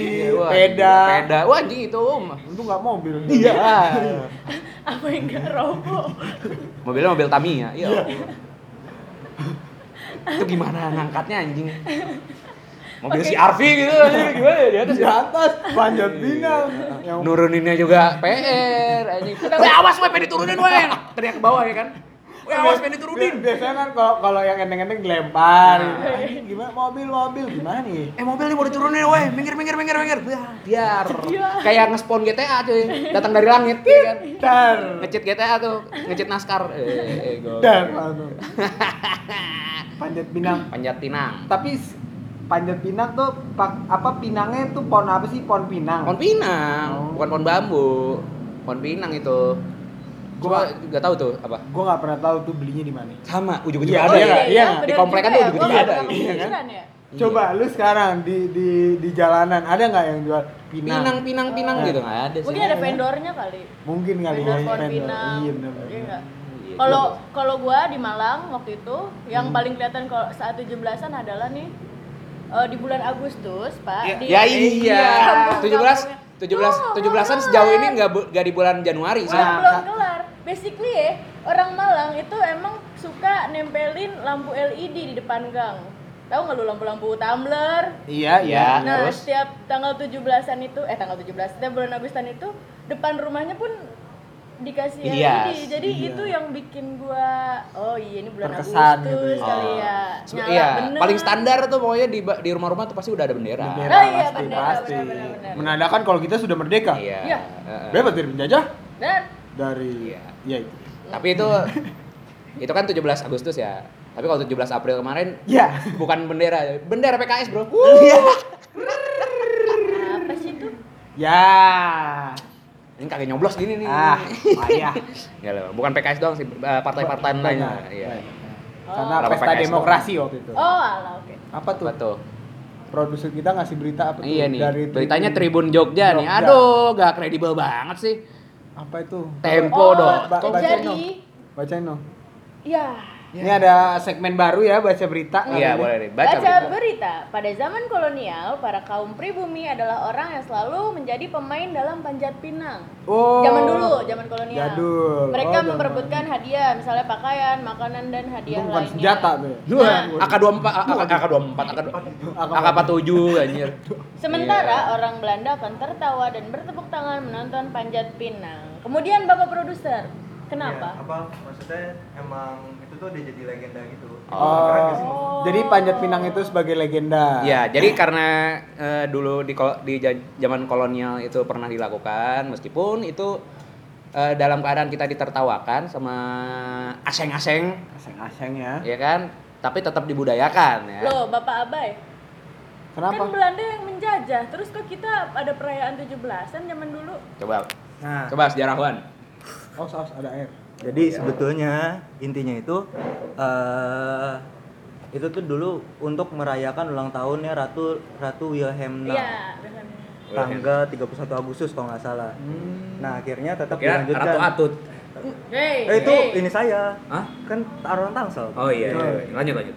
S3: Iya, wah,
S4: Peda.
S3: peda. Wah, anjing itu. um. Om.
S4: Untung nggak mobil. Iya.
S2: apa yang gak roboh?
S3: Mobilnya mobil Tamiya. Iya. itu gimana ngangkatnya anjing? Mobil si Arfi gitu anjing gimana ya di atas
S4: di
S3: ya?
S4: atas panjat pinang. Yang
S3: Nuruninnya juga PR anjing. Weh awas weh pengen diturunin weh. Teriak ke bawah ya kan. Weh awas pengen diturunin.
S4: Biasanya kan kalau kalau yang enteng-enteng dilempar.
S3: Nah.
S4: gitu. Anjing, gimana mobil mobil gimana nih?
S3: Eh mobil nih mau diturunin weh. Minggir minggir minggir minggir. Biar. Biar. Kayak ngespon GTA cuy. Datang dari langit ya kan.
S4: Dar.
S3: Ngecit GTA tuh, ngecit naskar. Eh, eh, gokil.
S4: Dar. langsung. Panjat pinang.
S3: Panjat Pinang.
S4: Tapi s- panjat pinang tuh pak- apa pinangnya tuh pohon apa sih? Pohon pinang.
S3: Pohon pinang,
S4: Oh.
S3: bukan pohon bambu. Pohon pinang itu. Gua
S4: Gua-
S3: nggak tahu tuh apa.
S4: Gue nggak pernah tahu tuh belinya di mana.
S3: Sama,
S4: Iya,
S3: ujung-ujungnya ada
S2: Oh,
S3: ya.
S4: iya,
S3: nggak?
S4: iya.
S3: Di komplek kan juga juga ada, iya
S2: Iya
S4: kan?
S2: kan? Ya?
S4: Coba lu sekarang di di di jalanan ada nggak yang jual pinang?
S3: Pinang, pinang, pinang
S4: Iya.
S3: gitu nggak ada sih.
S2: Mungkin ada vendornya kali.
S4: Mungkin kali
S2: vendor
S4: ya,
S2: pohon
S4: vendor.
S2: pinang.
S4: Iya
S2: Iya
S4: benar.
S2: nggak?
S3: Iya,
S2: Kalau
S3: iya.
S2: kalau gua di Malang waktu itu yang
S3: Hmm.
S2: paling kelihatan kalau saat 17-an adalah nih eh, di bulan Agustus, Pak.
S3: Ya,
S2: di,
S3: ya iya.
S2: kampung-
S3: 17
S2: kampungnya.
S3: 17
S2: Tuh,
S3: 17-an
S2: bener.
S3: sejauh ini nggak bu- nggak di bulan Januari sih.
S2: Belum,
S4: Nah,
S2: belum
S4: Kak.
S2: kelar. Basically ya, orang Malang itu emang suka nempelin lampu LED di depan gang. Tahu nggak lu lampu-lampu tumbler?
S4: Iya, iya.
S3: Iya.
S2: Nah,
S3: Terus?
S2: setiap tanggal 17-an itu, eh tanggal 17, setiap bulan Agustusan itu depan rumahnya pun dikasih
S3: Dihias.
S2: LED. Jadi
S4: Iya.
S2: itu yang bikin gua oh iya ini bulan
S4: Terkesan
S2: Agustus
S4: gitu ya.
S2: kali ya.
S3: Sebe-
S2: Nyala
S3: iya,
S2: bener.
S3: paling standar tuh pokoknya di ba- di rumah-rumah tuh pasti udah ada bendera.
S4: Bendera
S2: Ah, iya,
S4: pasti,
S2: bendera,
S4: pasti.
S2: benar, benar, benar.
S4: Menandakan kalau kita sudah merdeka.
S3: Iya.
S2: Iya.
S3: Heeh.
S4: Bebas dari penjajah,
S2: Dan
S4: dari
S3: Iya.
S4: ya itu.
S3: Tapi itu itu kan 17 Agustus ya. Tapi kalau 17 April kemarin
S4: Ya.
S3: bukan bendera, bendera PKS, Bro.
S4: Iya.
S2: apa sih itu?
S4: Ya.
S3: Ini kagak nyoblos gini nih.
S4: Ah, payah.
S3: Ya loh, bukan PKS doang sih, eh, partai-partai lain. Iya.
S4: Karena
S3: Kenapa
S4: pesta
S3: PKS dong?
S4: demokrasi waktu itu.
S2: Oh, alah oke.
S4: Apa tuh?
S3: Apa tuh?
S4: Produser kita ngasih berita apa tuh?
S3: Iya nih,
S4: Dari
S3: beritanya Tribun Jogja, nih.
S4: Jogja.
S3: Aduh, gak kredibel banget sih.
S4: Apa itu?
S3: Tempo
S2: Oh,
S3: dong.
S4: Ba- bacain
S2: jadi
S4: dong. Bacain dong.
S2: ya
S4: Ini ada segmen baru ya baca berita.
S3: Iya, boleh deh. Baca,
S2: Baca,
S3: berita.
S2: berita. Pada zaman kolonial, para kaum pribumi adalah orang yang selalu menjadi pemain dalam panjat pinang.
S4: Oh.
S2: Zaman dulu, zaman kolonial.
S4: Jadul.
S2: Mereka
S4: Oh, zaman.
S2: memperebutkan hadiah, misalnya pakaian, makanan dan
S4: Itu
S2: hadiah
S4: bukan
S2: lainnya.
S4: senjata tuh. ya?
S3: Nah, AK24, AK24, AK47 anjir.
S4: Iya.
S2: Sementara orang Belanda akan tertawa dan bertepuk tangan menonton panjat pinang. Kemudian Bapak produser,
S5: Iya,
S2: kenapa?
S5: apa maksudnya emang itu tuh udah jadi legenda gitu.
S4: Oh.
S5: Keren gak sih maksudnya?
S4: Jadi panjat pinang itu sebagai legenda.
S3: Ya, jadi karena eh, dulu di kol- di ja- zaman kolonial itu pernah dilakukan meskipun itu eh, dalam keadaan kita ditertawakan sama aseng-aseng,
S4: Aseng-aseng ya.
S3: ya kan? Tapi tetap dibudayakan ya.
S2: Loh, Bapak Abai. Kan
S4: Kenapa?
S2: Belanda yang menjajah. Terus kok kita ada perayaan 17-an zaman dulu?
S3: Coba
S5: Nah, iya.
S3: coba sejarawan.
S4: Aus aus Oh, ada air.
S5: jadi sebetulnya intinya itu eh itu tuh dulu untuk merayakan ulang tahunnya Ratu Ratu Wilhelmina.
S2: Iya, biasanya.
S5: Tanggal 31 Agustus kalau nggak salah. Nah, akhirnya tetap
S3: Kira
S5: dilanjutkan.
S3: Ratu Atut.
S2: Hey,
S5: Eh, itu
S2: hey.
S5: ini saya.
S3: Hah?
S5: Kan taruhan Tangsel.
S3: Oh iya, iya, iya. lanjut lanjut.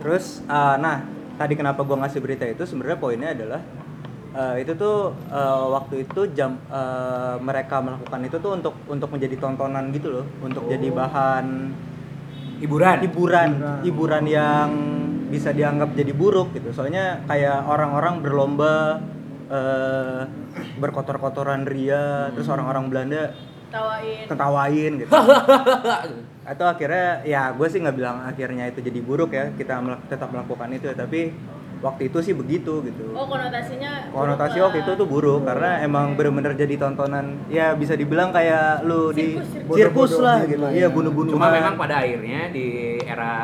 S5: Terus, ah, nah tadi kenapa gua ngasih berita itu sebenarnya poinnya adalah eh, itu tuh eh, waktu itu jam eh, mereka melakukan itu tuh untuk untuk menjadi tontonan gitu loh, untuk jadi bahan
S3: Hiburan.
S5: hiburan, hiburan yang bisa dianggap jadi buruk gitu. Soalnya kayak orang-orang berlomba eh, berkotor-kotoran ria, terus orang-orang Belanda
S2: tawain.
S5: ketawain gitu. Atau akhirnya ya gue sih nggak bilang akhirnya itu jadi buruk ya kita melak- tetap melakukan itu tapi waktu itu sih begitu gitu.
S2: Oh, konotasinya
S5: Konotasi
S2: berubah.
S5: waktu itu tuh buruk karena emang bener-bener jadi tontonan ya bisa dibilang kayak lu di
S2: Sirkus, sirkus.
S5: sirkus
S4: Bodoh-bodoh
S5: lah
S4: gitu
S5: gitu.
S4: lah
S5: Iya
S4: ya.
S5: bunuh-bunuh.
S3: Cuma memang pada akhirnya di era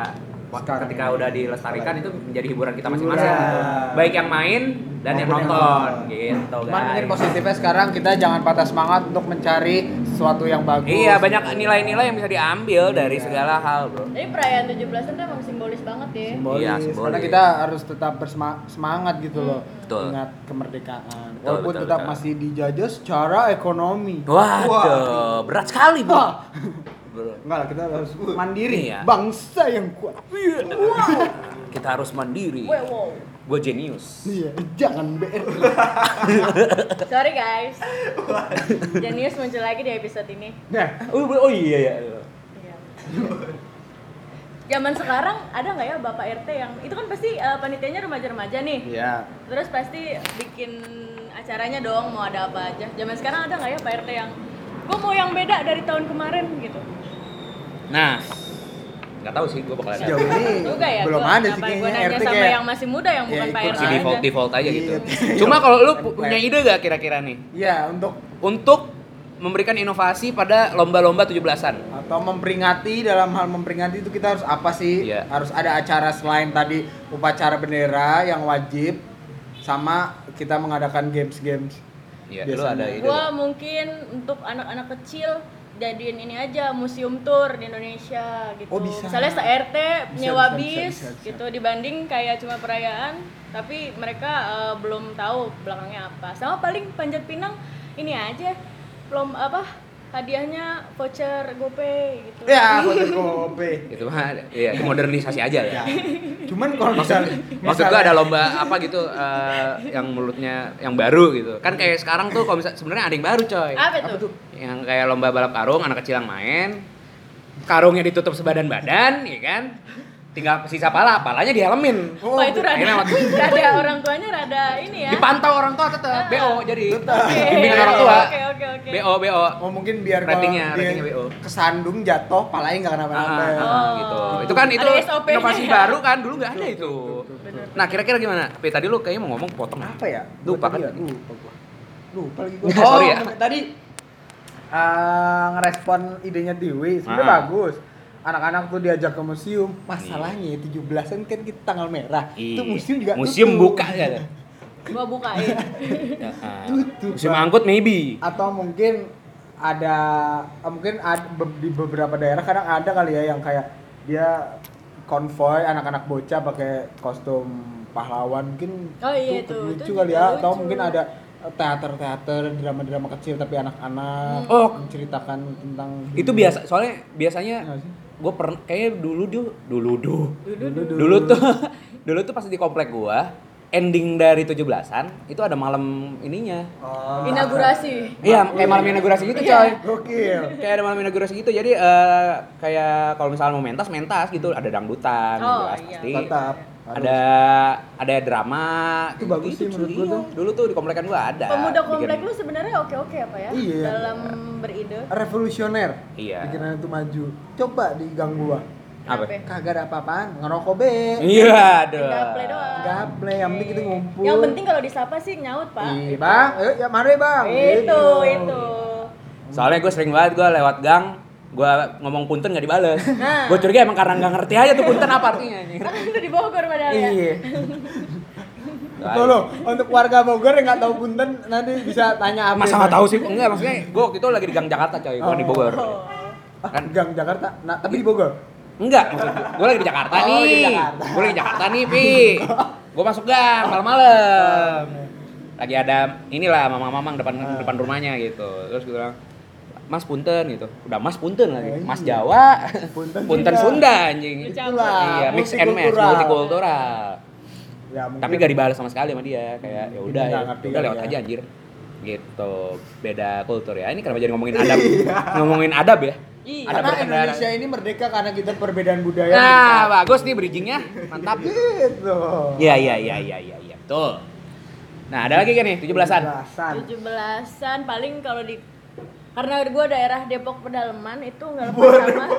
S4: Sekarang.
S3: ketika udah dilestarikan itu menjadi hiburan kita masing-masing.
S4: Hiburan.
S3: gitu. Baik yang main dan yang
S5: Maupun yang
S3: nonton
S5: nonton.
S3: gitu
S4: Cuman mungkin
S3: guys.
S4: positifnya sekarang kita jangan patah semangat untuk mencari sesuatu yang bagus.
S3: Iya, banyak nilai-nilai yang bisa diambil dari
S4: Iya.
S3: segala hal, Bro.
S2: Jadi perayaan 17-an tuh emang simbolis banget ya.
S4: Simbolis.
S3: Iya, simbolis.
S4: Karena kita harus tetap bersemangat gitu loh.
S3: Betul.
S4: Ingat kemerdekaan.
S3: Betul,
S4: Walaupun
S3: betul,
S4: tetap
S3: betul.
S4: masih dijajah secara ekonomi.
S3: Waduh, berat sekali, Bro.
S4: Wah.
S3: Bro.
S4: Enggak lah, kita harus mandiri.
S3: Iya.
S4: Bangsa yang kuat.
S3: Kita harus mandiri.
S2: Wow, wow.
S3: Gue jenius.
S4: Iya, jangan BR.
S2: Sorry guys. Jenius muncul lagi di episode ini.
S4: Nah,
S3: Oh, oh iya ya.
S2: Iya. Zaman sekarang ada nggak ya bapak RT yang itu kan pasti eh, panitianya remaja-remaja nih.
S4: iya.
S2: Terus pasti bikin acaranya dong mau ada apa aja. Zaman sekarang ada nggak ya Pak RT yang gue mau yang beda dari tahun kemarin gitu.
S3: Nah, nggak tahu sih gue bakal ada.
S4: Sejauh ini
S2: Juga ya.
S4: belum
S2: gua-
S4: ada sih
S2: kenapa
S4: kayaknya
S2: Gua nanya
S4: RT
S2: sama
S4: kayak
S2: yang masih muda yang
S4: ya,
S2: bukan Pak RT
S4: ikut
S3: Si
S4: aja.
S3: default default aja gitu.
S4: Iya.
S3: Cuma kalau lu pu- punya ide gak kira-kira nih
S4: Iya, untuk
S3: untuk memberikan inovasi pada lomba-lomba 17-an?
S4: atau memperingati dalam hal memperingati itu kita harus apa sih?
S3: Iya.
S4: Harus ada acara selain tadi upacara bendera yang wajib sama kita mengadakan games-games.
S3: Iya, lu
S4: Biasanya.
S3: ada ide.
S2: Gua
S3: nggak?
S2: mungkin untuk anak-anak kecil jadiin ini aja museum tour di Indonesia gitu.
S4: Oh, bisa.
S2: Misalnya se RT
S4: Bisa,
S2: nyewa
S4: bisa, bisa,
S2: bis
S4: bisa, bisa.
S2: gitu dibanding kayak cuma perayaan tapi mereka eh, belum tahu belakangnya apa. Sama paling panjat pinang ini aja belum apa hadiahnya voucher GoPay gitu.
S4: Ya, kode kopi.
S3: Itu mah iya, modernisasi aja ya.
S4: Ya. Cuman kalau misalnya
S3: Maksud gua ada lomba apa gitu eh, yang mulutnya yang baru gitu. Kan kayak sekarang tuh kalau misal sebenarnya ada yang baru, coy.
S2: Apa tuh?
S3: Yang kayak lomba balap karung, anak kecil yang main. Karungnya ditutup sebadan-badan, ya kan? Tinggal sisa pala, palanya dihelemin.
S2: Oh,
S4: oh,
S2: Wah itu rada,
S3: Akhirnya waktu-
S2: rada orang tuanya rada ini ya.
S3: Dipantau orang tua tetap, BO jadi.
S2: Oke.
S3: Bimbingan orang tua.
S2: Oke oke oke.
S3: BO BO.
S4: Oh mungkin biar kalau
S3: Ratingnya,
S4: dia
S3: ratingnya WO.
S4: kesandung jatuh palanya nggak
S3: Ah,
S4: kenapa-napa.
S3: ah,
S2: Oh.
S3: gitu. Itu kan itu
S2: Ada SOP-nya.
S3: inovasi baru kan, dulu nggak ada itu. Nah, kira-kira gimana? Pi, tadi lu kayaknya mau ngomong potong.
S4: Apa ya?
S3: Lupa
S4: Gua tadi
S3: kan?
S4: ya, Lupa gua. Lupa lagi gua.
S3: Nah, sorry ya.
S4: tadi eh, ngerespon idenya Dewi sebenarnya
S3: Ah.
S4: bagus. Anak-anak tuh diajak ke museum. Masalahnya 17-an kan kita tanggal merah. Itu museum juga
S3: Iya. Museum
S4: tutup.
S3: buka ya. kan?
S2: Gua bukain.
S3: Ya, ah.
S4: Tutup,
S3: Museum
S4: Bang.
S3: angkut maybe.
S4: Atau mungkin ada eh, mungkin ad- be- di beberapa daerah kadang ada kali ya yang kayak dia konvoy anak-anak bocah pakai kostum pahlawan mungkin
S2: Oh iya,
S4: itu
S2: tuh.
S4: lucu
S2: Itu
S4: kali ya
S2: juga
S4: atau
S2: lucu.
S4: mungkin ada eh, teater-teater drama-drama kecil tapi anak-anak
S3: Hmm. Oh.
S4: menceritakan tentang
S3: Itu biasa soalnya biasanya
S4: Nggak sih?
S3: gue pernah kayaknya dulu dulu dulu dulu
S2: Dulu,
S3: dulu tuh dulu tuh pas di komplek gue ending dari 17-an itu ada malam ininya
S4: Oh.
S2: Inaugurasi.
S3: iya kayak malam inaugurasi gitu
S2: Iya.
S3: coy
S4: Gokil.
S3: kayak ada malam inaugurasi gitu jadi eh, kayak kalau misalnya mau mentas mentas gitu ada dangdutan
S2: Oh,
S3: mentas
S2: iya.
S3: pasti
S4: Tetap.
S3: ada ada drama
S4: Itu bagus sih menurut gua
S3: iya.
S4: tuh.
S3: dulu tuh di komplekan gua ada
S2: Pemuda
S3: bikin-
S2: komplek lu sebenarnya oke-oke apa ya?
S4: Iya.
S2: Dalam beride.
S4: revolusioner.
S3: Iya.
S4: Bikinan itu maju. Coba di gang gua.
S3: apa
S2: Kenapa?
S4: Kagak ada apa-apaan, ngerokok be.
S3: iya aduh
S2: Tinggal play doang. Iya.
S4: Gaple, yang penting kita ngumpul.
S2: Yang penting kalau disapa sih nyaut, Pak.
S4: Iya, Bang. Ayo, ya mari, Bang.
S2: Itu,
S4: Gitu.
S2: itu.
S3: soalnya gue sering banget gue lewat gang gue ngomong punten gak dibales
S2: Nah.
S3: gue curiga emang karena nggak ngerti aja tuh punten apa artinya anjing.
S2: Kan udah di Bogor padahal ya.
S4: Iya. Tuh loh, untuk warga Bogor yang nggak tahu punten nanti bisa tanya apa.
S3: masa nggak tahu sih enggak maksudnya gue waktu itu lagi di gang Jakarta coy gue di Bogor
S2: Oh.
S4: Ah, gang Jakarta. Nah, tapi di Bogor.
S3: enggak maksud gue lagi di Jakarta
S4: Oh,
S3: nih
S4: di Jakarta.
S3: gue lagi di Jakarta nih pi gue masuk gang malam-malam lagi ada inilah mamang-mamang depan
S4: Ah.
S3: depan rumahnya gitu terus gue bilang Mas Punten gitu. Udah Mas Punten lagi. Mas
S4: Iya.
S3: Jawa.
S4: Punten
S3: Punten,
S4: juga.
S3: Sunda anjing.
S4: Itulah,
S3: Iya, mix and match,
S4: multikultural.
S3: multikultural.
S4: Ya, mungkin.
S3: tapi gak dibahas sama sekali sama dia kayak ya udah
S4: nggak
S3: ya
S4: ngerti
S3: udah
S4: kali
S3: lewat
S4: ya.
S3: aja anjir gitu beda kultur ya ini kenapa jadi ngomongin adab ngomongin adab ya
S2: Iya.
S3: Ada
S4: karena
S3: berkendara.
S4: Indonesia ini merdeka karena kita perbedaan budaya.
S3: nah bagus nih bridgingnya mantap
S4: Gitu.
S3: iya iya iya iya iya iya betul nah ada lagi kan nih 17-an
S4: 17-an.
S2: 17-an paling kalau di karena gua daerah Depok pedalaman itu nggak lepas sama
S3: taruh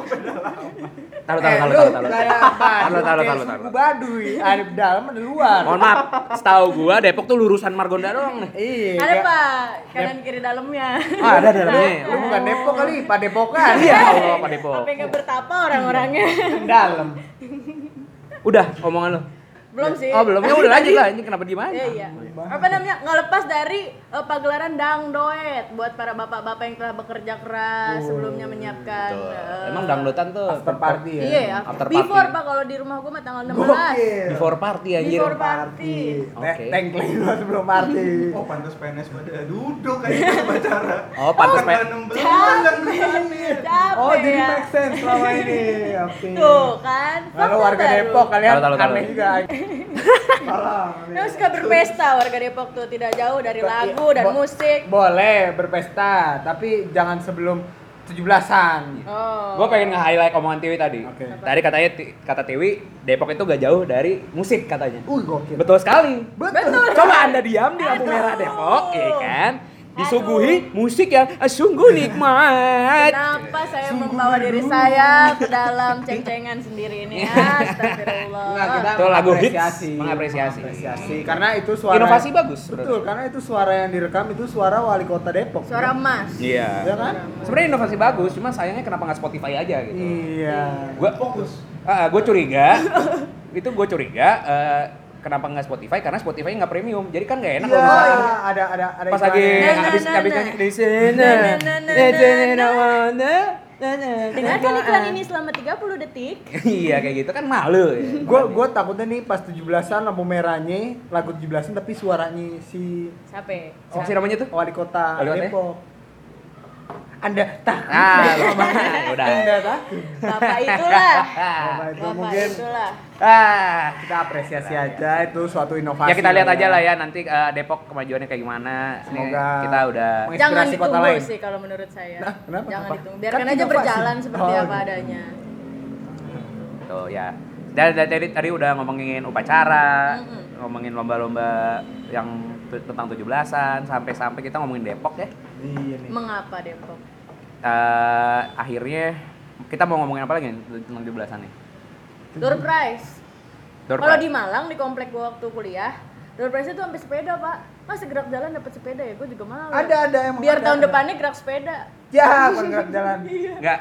S4: Eh,
S3: taruh taruh
S4: lu
S3: taruh taruh
S4: kayak
S3: taruh taruh
S4: kayak
S3: taruh
S4: suku
S3: taruh
S4: Baduy, ada di dalam ada di luar.
S3: mohon maaf setahu gua Depok tuh lurusan Margonda doang nih
S4: Iya.
S2: ada
S4: kayak-
S2: Pak kanan kiri dalamnya.
S3: ah ada ada ada
S2: Nah.
S4: Lu bukan Depok kan kali, Pak Depokan.
S3: iya Allah Pak Depok
S2: Apa yang nggak bertapa orang-orangnya?
S4: Iya. dalam.
S3: udah omongan lu
S4: Iya.
S2: belum sih.
S3: oh belum ya udah lanjut lah ini kenapa diem aja
S2: Iya, iya. Apa namanya? Nggak lepas dari eh, pagelaran dang doet buat para bapak-bapak yang telah bekerja
S4: Oh,
S2: keras sebelumnya menyiapkan.
S3: Tuh.
S2: eh,
S3: Emang dangdutan tuh
S4: After party ya.
S2: Iya ya.
S3: After party.
S2: Before Pak kalau di rumah gua mah tanggal 16.
S4: Gokil. Iya,
S3: before party anjir.
S2: Before party.
S4: Teh
S3: Oke.
S4: tengkleng lu sebelum party.
S6: Oh pantas PNS pada duduk kayaknya pas upacara.
S3: Oh, pantas
S6: Tanggal
S3: P-
S6: 16 tanggal
S2: Capek
S4: Oh, jadi
S2: ya.
S4: make sense selama ini. Oke.
S2: Tuh kan.
S4: Kalau
S2: fakta
S4: warga
S2: baru.
S4: Depok kan. kalian
S3: Taruh, taruh, taruh.
S4: aneh juga. Parah.
S2: Nah, suka berpesta warga Depok tuh tidak jauh dari lagu dan
S4: Iya. Bo-
S2: musik.
S4: Boleh berpesta, tapi jangan sebelum 17-an.
S2: Oh.
S3: Gue pengen nge-highlight omongan Tiwi tadi.
S4: Oke.
S3: Tadi katanya Ti- kata Tiwi Depok itu gak jauh dari musik katanya.
S4: Uy, gokil.
S3: Betul sekali.
S4: Betul.
S3: Coba Anda diam di lampu merah Depok, ya kan? Disuguhi musik yang eh, sungguh nikmat.
S2: Kenapa saya membawa diri saya ke dalam ceng-cengan sendiri ini? Astagfirullah.
S4: Iya. Enggak, kita
S3: Itu lagu hits,
S4: mengapresiasi.
S3: mengapresiasi.
S4: Mengapresiasi. Karena itu suara
S3: Inovasi bagus.
S4: Betul, karena itu suara yang direkam itu suara wali kota Depok.
S2: Suara
S4: kan?
S2: emas.
S4: Iya
S3: Iya.
S4: kan?
S3: Sebenarnya inovasi bagus, cuma sayangnya kenapa nggak Spotify aja gitu.
S4: Iya.
S3: Gue
S6: Fokus.
S3: gue curiga, itu gue curiga eh, kenapa nggak Spotify karena Spotify nggak premium. Jadi kan nggak enak
S4: Iya,
S3: kalau misalnya-
S4: ada ada ada
S3: pas lagi
S4: iklannya.
S2: Nah, nah,
S3: habis
S2: nah,
S3: habis
S2: nah.
S3: nyanyi di sini
S2: Nah, nah, nah, nah,
S3: Jadi
S2: nah.
S3: wanna, nah, nah,
S2: Dengarkan
S3: nah,
S4: eh.
S2: iklan
S3: nah.
S2: ini selama 30 detik.
S3: iya kayak gitu kan malu ya
S4: Gue gue takutnya nih pas 17-an lampu merahnya lagu 17-an tapi suaranya si
S2: Capek.
S3: Siapa sih namanya tuh
S4: wali kota
S3: Wali kota ya?
S4: Depok. Anda tak
S3: ah lupa udah
S2: Nah.
S4: Anda tak
S2: Bapak itulah.
S4: Bapak itu
S2: Bapak
S4: mungkin
S2: itulah.
S3: ah
S4: kita apresiasi aja itu suatu inovasi.
S3: ya kita lihat aja lah ya nanti eh, Depok kemajuannya kayak gimana Ini
S4: Semoga
S3: kita udah
S4: Menginspirasi
S2: Jangan
S4: kota
S2: ditunggu
S4: lain.
S2: sih kalau menurut saya.
S4: Nah, kenapa?
S2: Jangan
S4: Apa?
S2: ditunggu. Biarkan
S4: Kan
S2: aja
S4: inovasi.
S2: berjalan seperti
S4: Oh,
S2: apa
S4: gitu.
S2: adanya.
S3: tuh ya dan dan tadi tadi udah ngomongin upacara
S2: Mm-mm.
S3: ngomongin lomba-lomba yang tu- tentang 17-an sampai-sampai kita ngomongin Depok ya
S4: Iya nih.
S2: Mengapa Depok?
S3: Eh, akhirnya kita mau ngomongin apa lagi nih tentang 17-an nih
S2: Door prize.
S3: Door
S2: Kalau
S3: prize.
S2: di Malang di komplek gua waktu kuliah, door prize itu sampai sepeda, Pak. Mas gerak jalan dapat sepeda ya, gua juga malu.
S4: Ada ada emang.
S2: Biar
S4: ada,
S2: tahun
S4: ada.
S2: depannya gerak sepeda.
S4: Ya, bener jalan.
S3: Enggak.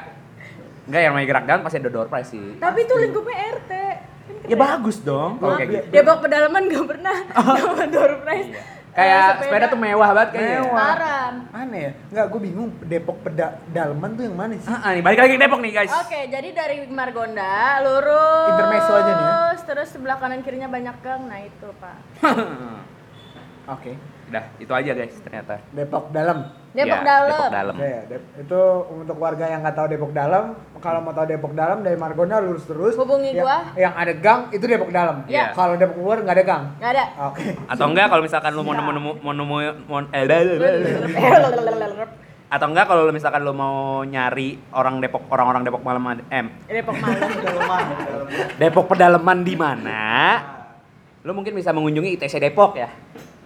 S3: Enggak yang namanya gerak down pasti ada door prize sih.
S2: Tapi itu lingkupnya RT. Kan
S3: Ya
S2: keren.
S3: bagus dong. Kalau kayak gitu.
S2: Depok pedalaman gak pernah dapat door prize.
S4: Iya.
S2: Eh,
S3: Kayak sepeda tuh mewah banget kayaknya.
S4: Mewah.
S2: Parah.
S4: Aneh ya? Enggak, gue bingung Depok peda Dalman tuh yang mana sih?
S3: Ah, ah, nih balik lagi ke Depok nih guys.
S2: Oke, jadi dari Margonda lurus.
S4: Intermezzo aja nih ya.
S2: Terus sebelah kanan kirinya banyak gang. Nah, itu, Pak.
S4: Oke.
S3: Dah, itu aja guys ternyata.
S4: Depok dalam.
S2: Depok
S3: Ya,
S2: dalam.
S3: Depok dalam.
S4: Oke, Dep- itu untuk warga yang nggak tahu Depok Dalam, kalau mau tahu Depok Dalam dari Margona lurus terus.
S2: Hubungi
S4: Ya-
S2: gua.
S4: Yang ada gang itu Depok Dalam.
S3: Iya.
S4: Kalau Depok luar nggak ada gang.
S2: Nggak ada.
S4: Oke.
S3: Atau enggak kalau misalkan
S2: Iya.
S3: lu mau nemu nemu mau nemu mau eh, atau enggak kalau lu misalkan lu mau nyari orang Depok orang-orang Depok malam ad- em
S2: Depok malam.
S6: Dalaman, dalaman.
S3: Depok pedalaman di mana? Lu mungkin bisa mengunjungi ITC Depok ya.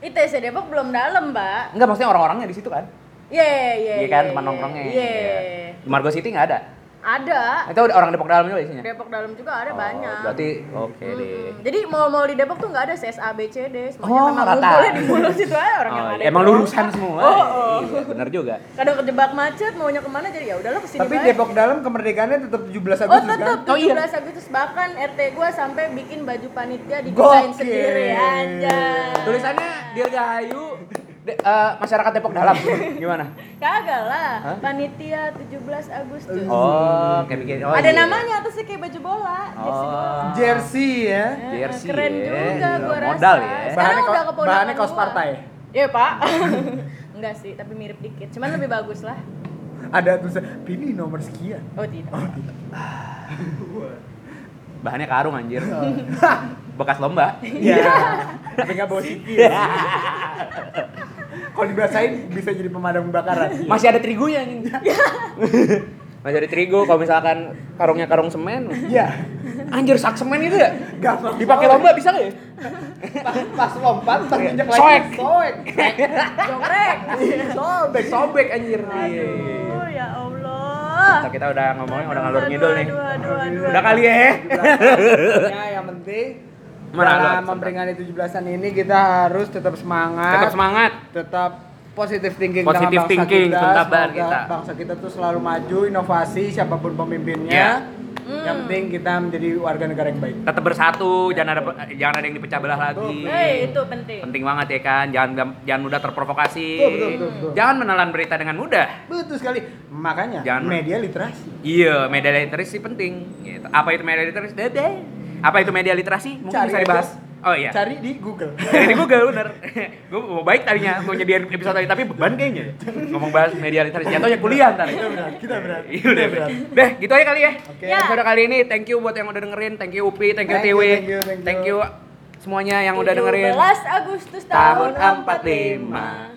S2: ITC Depok belum dalam, Mbak.
S3: Enggak maksudnya orang-orangnya di situ kan?
S2: Iya, iya,
S3: Iya kan
S2: iya,
S3: teman
S2: iya.
S3: nongkrongnya.
S2: Iya.
S3: Di Margo City nggak ada.
S2: Ada.
S3: Itu orang Depok dalam juga isinya.
S2: Depok dalam juga ada
S3: Oh,
S2: banyak.
S3: Berarti oke deh.
S2: Mm-mm. Jadi mall-mall di Depok tuh nggak ada CSA, BCD, semuanya
S3: Oh,
S2: memang
S3: rata.
S2: ngumpulnya di mall situ aja orang yang
S3: Oh,
S2: ada.
S3: emang
S2: di Depok.
S3: lulusan semua.
S2: Oh, oh.
S3: Iya, bener juga.
S2: Kadang kejebak macet, maunya kemana jadi ya udahlah kesini
S4: Tapi
S2: baik.
S4: Depok Dalam kemerdekaannya tetap 17
S2: Oh
S4: Agustus
S2: tetap
S4: kan?
S2: 17 Agustus bahkan RT gua sampai bikin baju panitia
S4: Gokil.
S2: dibukain sendiri aja.
S3: Tulisannya Dirgahayu de- eh, masyarakat Depok dalam. Gimana?
S2: Kagak lah, panitia 17 Agustus.
S3: Oh, kayak bikin oh,
S2: ada
S3: iya.
S2: namanya atasnya kayak baju bola, jersey bola. Eh,
S3: Oh.
S4: Jersey ya.
S3: Jersey
S2: Keren
S3: ya.
S2: juga gua rasa.
S3: Modal ya.
S2: Sekarang
S4: Bahannya ko-
S2: udah keponakan
S4: bahannya kaos
S2: gua.
S4: partai.
S2: Iya, Pak. Enggak sih, tapi mirip dikit. Cuman lebih bagus lah.
S4: Ada tulisan pilih nomor sekian.
S2: Oh, tidak.
S3: Bahannya karung anjir.
S2: Oh.
S3: Bekas lomba.
S4: Iya. Tapi nggak bawa sikil.
S3: Iya.
S4: Kalau dibasahin bisa jadi pemadam kebakaran.
S3: Masih ada terigunya anjing. Masih ada terigu kalau misalkan karungnya karung semen.
S4: Iya.
S3: Anjir sak semen itu ya?
S4: Gampang.
S3: Dipakai lomba bisa nggak ya?
S4: Pas, pas lompat, pas injak lagi.
S3: Soek.
S4: Soek.
S2: Jogrek.
S3: Iya.
S4: Sobek, sobek anjir.
S2: Aduh, ya Allah.
S3: Iya. Kita- Kita udah ngomongin udah ngalur ngidul nih.
S2: Aduh, aduh, aduh, aduh.
S3: Udah kali ya.
S4: Ya, yang penting
S3: Mana lu,
S4: dalam
S3: Alfon?
S4: memperingati 17-an ini kita harus tetap semangat.
S3: Tetap semangat.
S4: Tetap positif thinking
S3: Positive
S4: tentang bangsa
S3: thinking
S4: kita.
S3: tentang kabar
S4: Semoga
S3: kita.
S4: Bangsa kita tuh selalu maju, inovasi siapapun pemimpinnya.
S3: Ya.
S4: Yang penting kita menjadi warga negara yang baik.
S3: Tetap bersatu, jangan ada jangan ada yang dipecah belah lagi.
S2: Hei, itu penting.
S3: Penting banget ya kan, jangan jangan mudah terprovokasi.
S4: Betul, betul, betul, betul.
S3: Jangan menelan berita dengan mudah.
S4: Betul sekali. Makanya
S3: Jangan.
S4: media literasi.
S3: Iya, media literasi penting. Gitu. Apa itu media literasi? Dede. Apa itu media literasi? Mungkin
S4: Cari
S3: bisa
S4: aja.
S3: dibahas. Oh iya.
S4: Cari di Google.
S3: Dari Google bener. gue mau baik tadinya mau nyediain episode tadi tapi beban kayaknya. Ngomong bahas media literasi jatuhnya kuliah ntar.
S4: kita berat, kita berat.
S3: Iya udah. udah. Deh, gitu aja kali ya.
S4: Oke.
S2: Ya.
S3: Episode kali ini thank you buat yang udah dengerin, thank you Upi, thank you
S4: Thank you,
S3: Tiwi.
S4: thank you, thank you.
S3: Thank you semuanya yang udah dengerin.
S2: 17 Agustus
S3: Tahun
S2: tahun
S3: 45.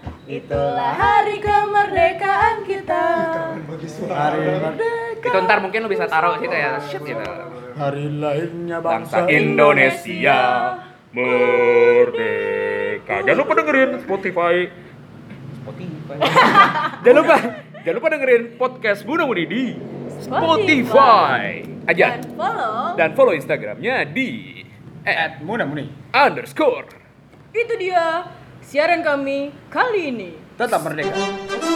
S2: 45. Itulah hari kemerdekaan kita.
S6: Kangen bagi suara.
S3: Itu ntar mungkin lu bisa taruh situ ya. Shit gitu.
S4: Hari lahirnya
S3: bangsa
S4: bangsa
S3: Indonesia merdeka. Jangan lupa dengerin Spotify. Spotify. jangan lupa, jangan lupa dengerin podcast Bunda Muni di Spotify. Aja
S2: Dan follow.
S3: dan follow Instagramnya di at
S4: Muna Muni.
S3: underscore.
S2: Itu dia siaran kami kali ini.
S4: Tetap merdeka.